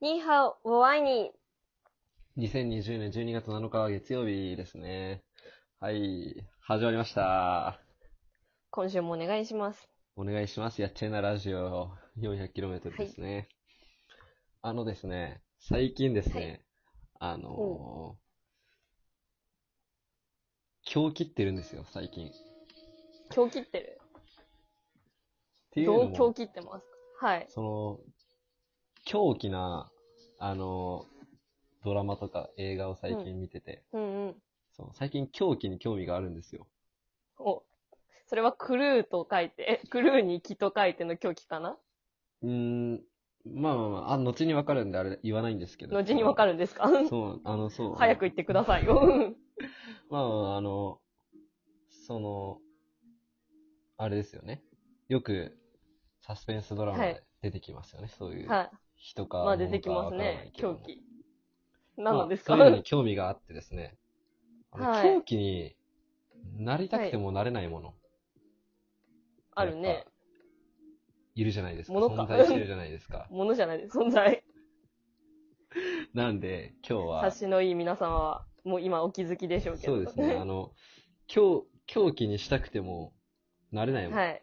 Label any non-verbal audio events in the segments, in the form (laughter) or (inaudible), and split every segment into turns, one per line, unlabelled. ニーハオ、ウォアイニ
2020年12月7日は月曜日ですね。はい、始まりました。
今週もお願いします。
お願いします。やっちゃいなラジオ 400km ですね。あのですね、最近ですね、あのー、狂気ってるんですよ、最近。っ
今日切ってる
ていう
ど
の
う今
も
日、切ってますはい。
その、狂気な、あのー、ドラマとか映画を最近見てて、
うんうん。
そう最近狂気に興味があるんですよ。
お、それはクルーと書いて、え (laughs) クルーに気と書いての狂気かな
うーん、まあまあまあ、あ、後にわかるんであれ言わないんですけど。
後にわか
る。
るんですか
そう、あの、そう。
早く言ってくださいよ。うん
(laughs) まあまあ、あの、その、あれですよね。よく、サスペンスドラマ
はい
で出てきますよね。そういう、
はい。
人か、
まあ出てきま
物か
す
わからない
ね、
けど
狂
も。
気。何なんですか、
まあそういうのに興味があってですね。あの
はい
狂気になりたくてもなれないもの。
あるね。。
いるじゃないですか。
ものか
存在してるじゃないで
(laughs)。
すか
ものじゃないです。存在。
なんで、今日は。
察しのいい皆様は、もう今お気づきでしょうけど。
そうです
(laughs)
ね。あの、狂狂気にしたくても、なれないもん、
はい。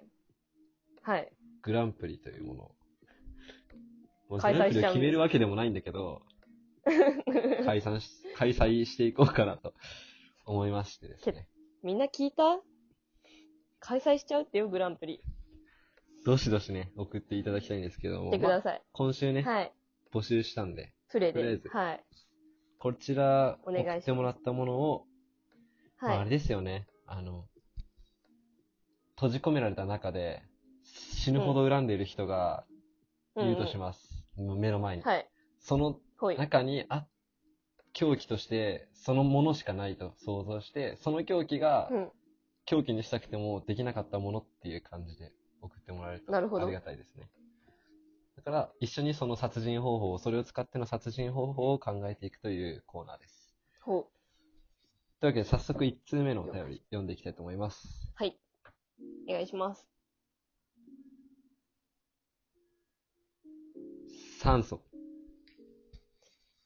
はい。 (laughs)
グランプリというもの。もうグ
開
ラ
催
ンプ
し
リ
ちゃ
を
うんです
決めるわけでもないんだ
(laughs)
けど、開催し、開催していこうかなと思いましてですね。
みんな聞いた開催しちゃうってよ、グランプリ。
どしどしね、送っていただきたいんですけど
来
も
て、くだ
ま
さい。
今週ね、
はい。
募集したんで、
フレ
とりあ
で
えず。
はい。
こちら、
お願いします
送ってもらったものを、まあ、あ
は
れ
い。
ですよね、あの、閉じ込められた中で、死ぬほど恨んでいる人がいるとし
ま
ます。目の前に。
はい。
その
ほい。
中に、あ、狂気として、そのものしかないと想像して、その狂気が
う、ん。
狂気にしたくてもできなかったものっていう感じで送ってもらえると
なるほど
ありがたいですね。だから、一緒にその殺人方法を、それを使っての殺人方法を考えていくというコーナーです。
ほう。
というわけで、早速1通目のお便り読んでいきたいと思います。
はい。お願いします。
酸素。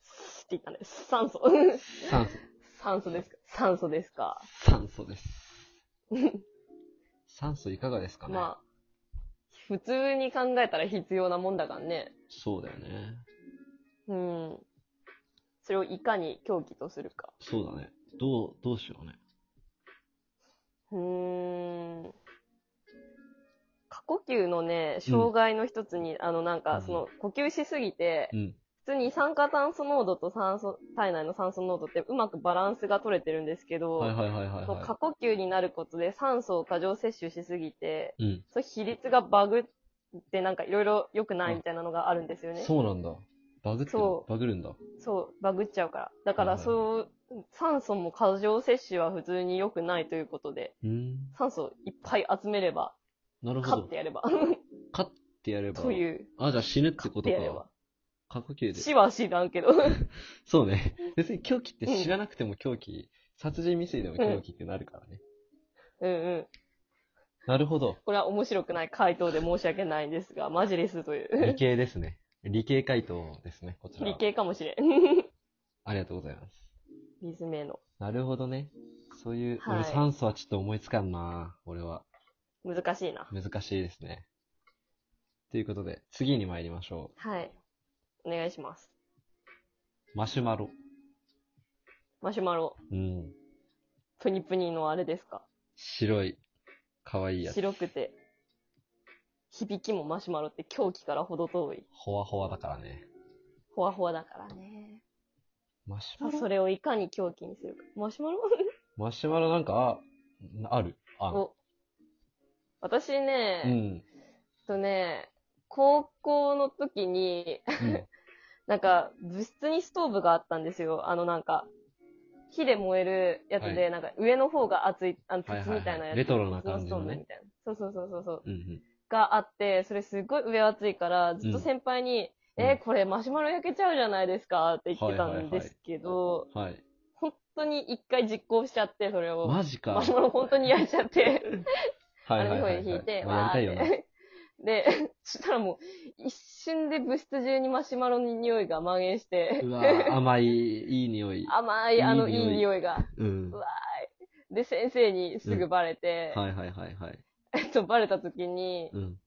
スって言ったね。酸素。 (laughs)
酸素。
酸素ですか酸素ですか。
酸素です。
(laughs)
酸素いかがですかね、
まあ、普通に考えたら必要なもんだからね。
そうだよね。
うん。それをいかに狂気とするか。
そうだね。どう、どうしようね。
うーん。過呼吸のね、障害の一つに、あのなん
う
か、
ん
その、呼吸しすぎて、
うん。
普通に二酸化炭素濃度と酸素、体内の酸素濃度ってうまくバランスが取れてるんですけど、
はいはいはいはい、
そ
は
の
い。
過呼吸になることで酸素を過剰摂取しすぎて、
うん。
その比率がバグってなんかいろいろ良くないみたいなのがあるんですよね。
そうなんだ。バグってる
そう
バグるんだ。
そう、バグっちゃうから。だから
はいはい
そう、酸素も過剰摂取は普通に良くないということで、
うん。
酸素いっぱい集めれば、
なるほ
勝
ど
っ。てやれば、
勝ってやれば。
という、
あ、じゃあ死ぬってこと
勝ってやれば
か。。過呼吸で。
死は死なんけど、
そう
(laughs)
ね。別に狂気って
うん
知らなくても狂気、殺人未遂でも狂気ってなるからね。
うんうん。
なるほど。
これは面白くない回答で申し訳ないんですが、マジレスという。
理系ですね。理系回答ですね、こちらは。
理系かもしれん。
ありがとうございます。
水名の。
なるほどね。そういう、
はい
俺酸素はちょっと思いつかんな俺は。
難しいな。
難しいですね。ということで、次に参りましょ
はい。お願いします。
う。マシュマロ。
マシュマロ、
うん。
プニプニのあれですか
白い、かわいいやつ。
白くて、響きもマシュマロって狂気から程遠い。
ほわほわだからね。
ほわほわだからね。
マシュ
ま
マ
あ
ロ
それをいかに狂気にするか。マシュマロ
マシュマロなんか、あ、ある。あの
お私ね、
う
えっ
ん。
とね、高校の時に、
うん。
なんか、部室にストーブがあったんですよ。あのなんか、火で燃えるやつで、
は
なんか上の方が熱い、あの、
はいはいは
鉄
い
みたいなやつ。
レトロな感
鉄
じ
スト
の
ーブ
ね
みたいな。そうそうそうそうそう。
うんうん。
があって、それすごい上熱いから、ずっと先輩に、
うん
えーこれマシュマロ焼けちゃうじゃないですかって言ってた
はいはいは
ん
い
ですけど、
はい。
本当に一回実行しちゃって、それを。
マジか。
マシュマロ本当に焼いちゃって、
は
あ
い
の
は
日本
いはい、
に引いて、
まあやりた
わー
いよ
っ
ね。
てで、そしたらもう、一瞬で部室中にマシュマロの匂いが蔓延して
う、わー甘い、いい匂い。
甘いあの
い
いい
い匂い
匂いが。
うん。
う
は
わーい。で、先生にすぐバレて
い、はいはいはい。
え (laughs) っと、バレた時に、 (laughs)
うん。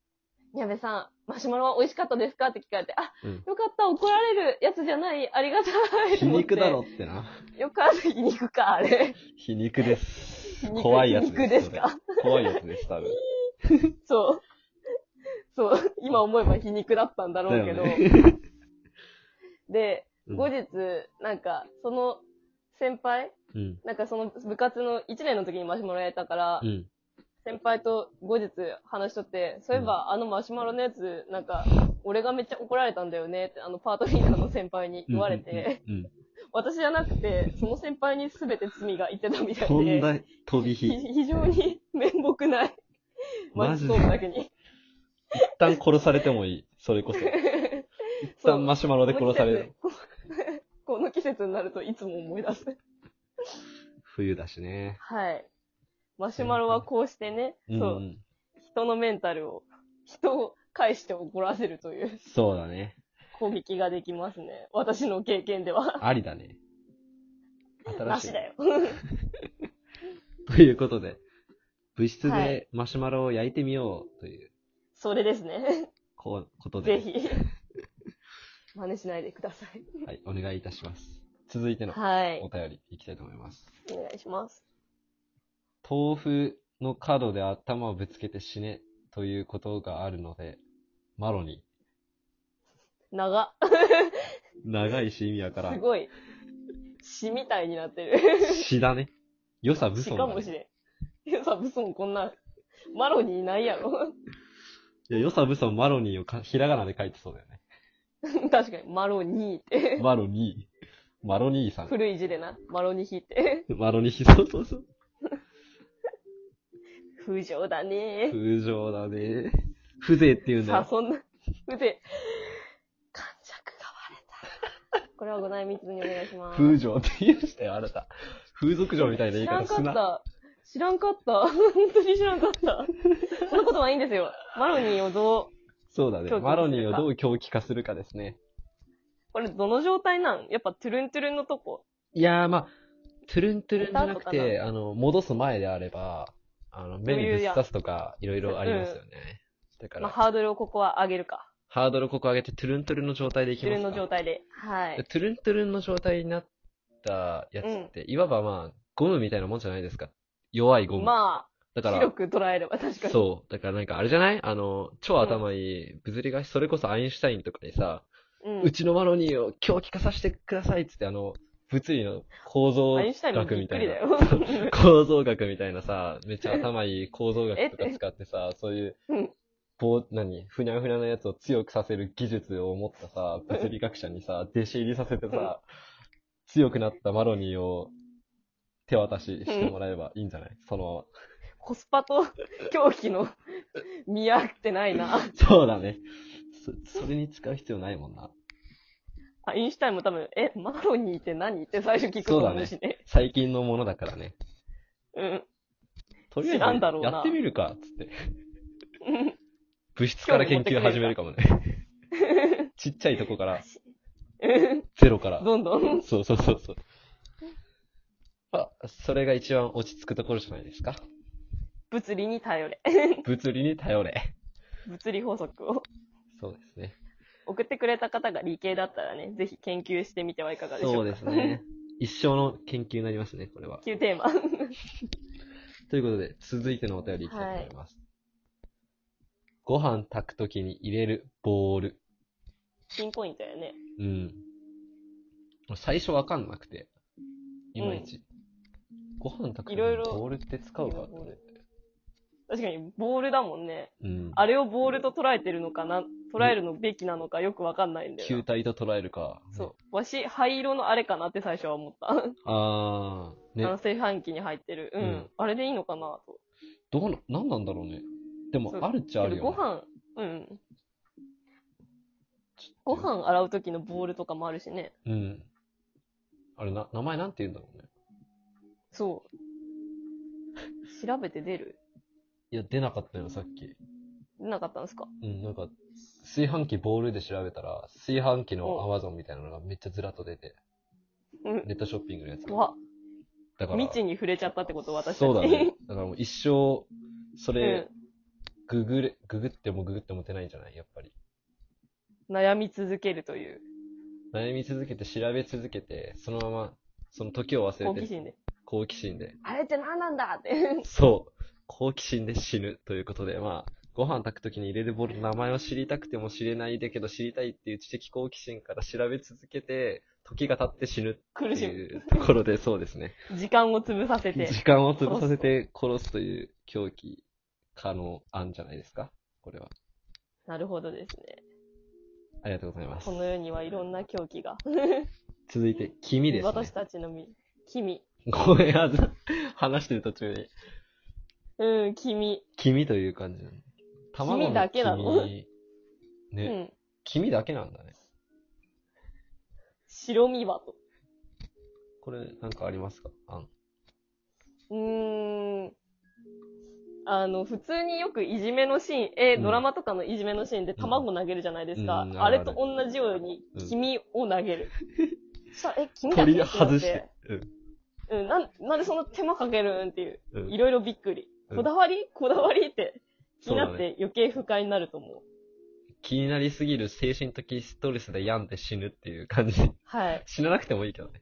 矢部さん、マシュマロは美味しかったですかって聞かれて、あ、
うん
よかった、怒られるやつじゃない、ありがたいと
皮
思って。
肉だろってな。
よかった、皮肉か、あれ。
皮肉です
(laughs) 皮。肉
(laughs) 怖いやつです。
皮肉ですか
それ怖いやつです、多分。
そう。そう、今思えば皮肉だったんだろうけど。
だよね
で、
うん
後日、なんか、その先輩、
うん。
なんかその部活の1年の時にマシュマロやったから、
うん。
先輩と後日話しとって、そういえばあのマシュマロのやつ、なんか、俺がめっちゃ怒られたんだよねって、あのパートリーダーの先輩に言われて、
うん。うん。
私じゃなくて、その先輩に全て罪が言ってたみたいで。
とんだ
(laughs)
飛び火。
ひ
一
非常に面目ない。
マ
マジ
ジで
トークだけに。
旦殺されてもいい。それこそ。一
そう
旦マシュマロで殺される。
この季節。この季節になるといつも思い出す。
冬だしね。
はい。マシュマロはこうしてね、
うん
そうう、
ん。
人のメンタルを、人を返して怒らせるという
そうだね。
攻撃ができますね。私の経験では。
ありだね。
な
新しい
し。だよ。
ということで、部室
は
で
い
マシュマロを焼いてみようという、
それですね。
こう、ことで。
ぜひ。真似しないでください。
はい、お願いいたします。続いての
はい
お。便りいきたいと思います。
お願いします。
豆腐の角で頭をぶつけて死ねということがあるので、マロに。
長っ。
長いし意味わから
す
ん。
ごい。詩みたいになってる。
死だね。良さ武
し
装
か
だ、
もし
ね。
れん。いや、サブソンこんな、マロにいないやろ。 (laughs)
いや、良さ武装マロニーをかひらがなで書いてそうだよ
(laughs)
ね。
確かに、マロニーって。
マロニー。マロニーさん。
古い字でな、マロニヒって。
マロニー、そうそうそう。
不情だね。
風情だね。風情っていうんだ
さあ、
よ。
そんな、腕、感触が割れた。これはご内密にお願いします。
風情って言うしたよ、あなた。風俗嬢みたいな
知
言い
ら
方
んか
す
っ
な。
た。知らんかった。本当に知らんかった。そんなことはいいんですよ。マロニーをどう、
そうだね。
狂気にするか
マロニーをどう狂気化するかですね。
これどの状態なんやっぱトゥルントゥルンのとこ。
いやー、まあ、トゥルントゥルンじゃなく
寝た後
て、あの、戻す前であれば、あの、目にぶっ刺すとか、いろいろありますよね。だか
まあ、
ら、
ハードルをここは上げるか。
ハードルここ上げて、トゥルントゥルンの状態でい
ト
き
ゥ
ま
ル
す
ン
か。
の状態で。はい
で。トゥルントゥルンの状態になったやつって、いわばまあ、ゴムみたいなもんじゃないですか。弱いゴム。
ま
だ
あ、
から、
広く捉えれば確かに。
そう。だからなんかあれじゃないあの、超頭いい物理学者、それこそアインシュタインとかにさ、
う。
うんちのマロニーを狂気化させてくださいっつって、あの、物理の構造
アインシュタインも
学
び
み
っく
た
り
い
だ
な。
よ。 (laughs)
構造学みたいなさ、めっちゃ頭いい構造学とか使って
(laughs)
さ、そういう
うん、
棒、何ふにゃふにゃのやつを強くさせる技術を持ったさ、物理学者にさ、弟子入りさせてさ、強くなったマロニーを手渡ししてもらえばいいんじゃないそのまま。
コスパと狂気の見合ってないな。
(laughs) そうだね。そ、それに使う必要ないもんな。
アインシュタインも多分、え、マロニーって何って最初聞くと思うしね。
最近のものだからね。
うん。
とりあえ
知らんだろう
ず、
な
やってみるか、つ
(laughs)
って。
うん
物質から研究始めるかもね。 (laughs) ちっちゃいとこから、
うん
ゼロから。
どんどん。
そうそうそうそう。あ、それが一番落ち着くところじゃないですか。
物理に頼れ。
物理に頼れ。
物理法則を。
そうですね。
送ってくれた方が理系だったらね、ぜひ研究してみてはいかがでしょうか。
そうです。ね。一生の研究になりますね、これは。
旧テーマ。 (laughs)
ということで、続いてのお便りいきたいと思います。ご飯炊くときに入れるボール。
ピンポイントやね。
うん。最初わかんなくて、いまいち。ご飯炊くときに
いろいろ
ボールって使うかって
いろいろ確かに、ボールだもんね。
うん。
あれをボールと捉えてるのかな、捉えるのべきなのかよくわかんないんだよな
球体と捉えるか。
そう。わし、灰色のあれかなって最初は思った。
あー、ね
あの、炊飯器に入ってる。うん。
うん
あれでいいのかなと。
どうな、なんなんだろうね。でも
そ、う
あるっちゃあるよ、
ご
ね。
飯、うん。ご飯洗う時のボールとかもあるしね。
うん。あれ、な、名前なんて言うんだろうね。
そう。調べて出る
いや、出なかったよ、さっき。
出なかったんですか
うん、なんか、炊飯器ボールで調べたら、炊飯器のアマゾンみたいなのがめっちゃずらっと出て、
うん。
ネットショッピングのやつが。
わ、
だから、
未知に触れちゃったってこと、私たち。
そうだ
(laughs)
ね。だからもう一生、それ
う、
ググれ、ググってもググっても出ないんじゃないやっぱり。
ん。悩み続けるという、
悩み続けて、調べ続けて、そのまま、その時を忘れ
好
て、
奇心で。
好奇心で。
あれって何なんだって。 (laughs)
そう。好奇心で死ぬということで、まあ、ご飯炊くときに入れるボールの名前を知りたくても知れないだけど、知りたいっていう知的好奇心から調べ続けて、時が経って死ぬ
苦
っ
してむ。
いうところで、そうですね。
時間を潰さ
(laughs)
せて。
時間を潰させて殺すという狂気可能案じゃないですかこれは。
なるほどですね。
ありがとうございます
こ。の世にはいろんな狂気が。
続いて、君です、ね。
私たちの身。君。
ごめん、あず話してる途中で、
うん、君。
君という感じなの。
君だけなの
ね、
うん。
君だけなんだね。
白身はと。
これ、なんかありますか案。
うーん。あの、普通によくいじめのシーン、え、
うん
ドラマとかのいじめのシーンで卵投げるじゃないですか。
うん
あれと同じように
うん、
君を投
(laughs)
げる。さ、え、君だけ
鳥外して。。
うん、なん、なんでそんな手間かけるんっていう。
うん。う
い
ん、
ろいろびっくり。
うん
こだわり (laughs) こだわりって気
そう
に
だ
な
ね
って余計不快になると思う。
気になりすぎる精神的ストレスで病んで死ぬっていう感じ。
はい。
死ななくてもいいけどね。